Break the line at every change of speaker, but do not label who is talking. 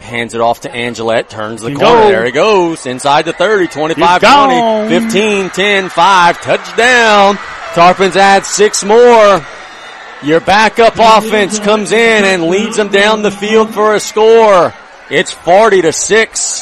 hands it off to Angelette, turns the
Can
corner.
go.
There he goes, inside the 30, 25,
He's gone.
20, 15, 10, 5, touchdown. Tarpons add six more. Your backup offense comes in and leads them down the field for a score. It's 40 to 6.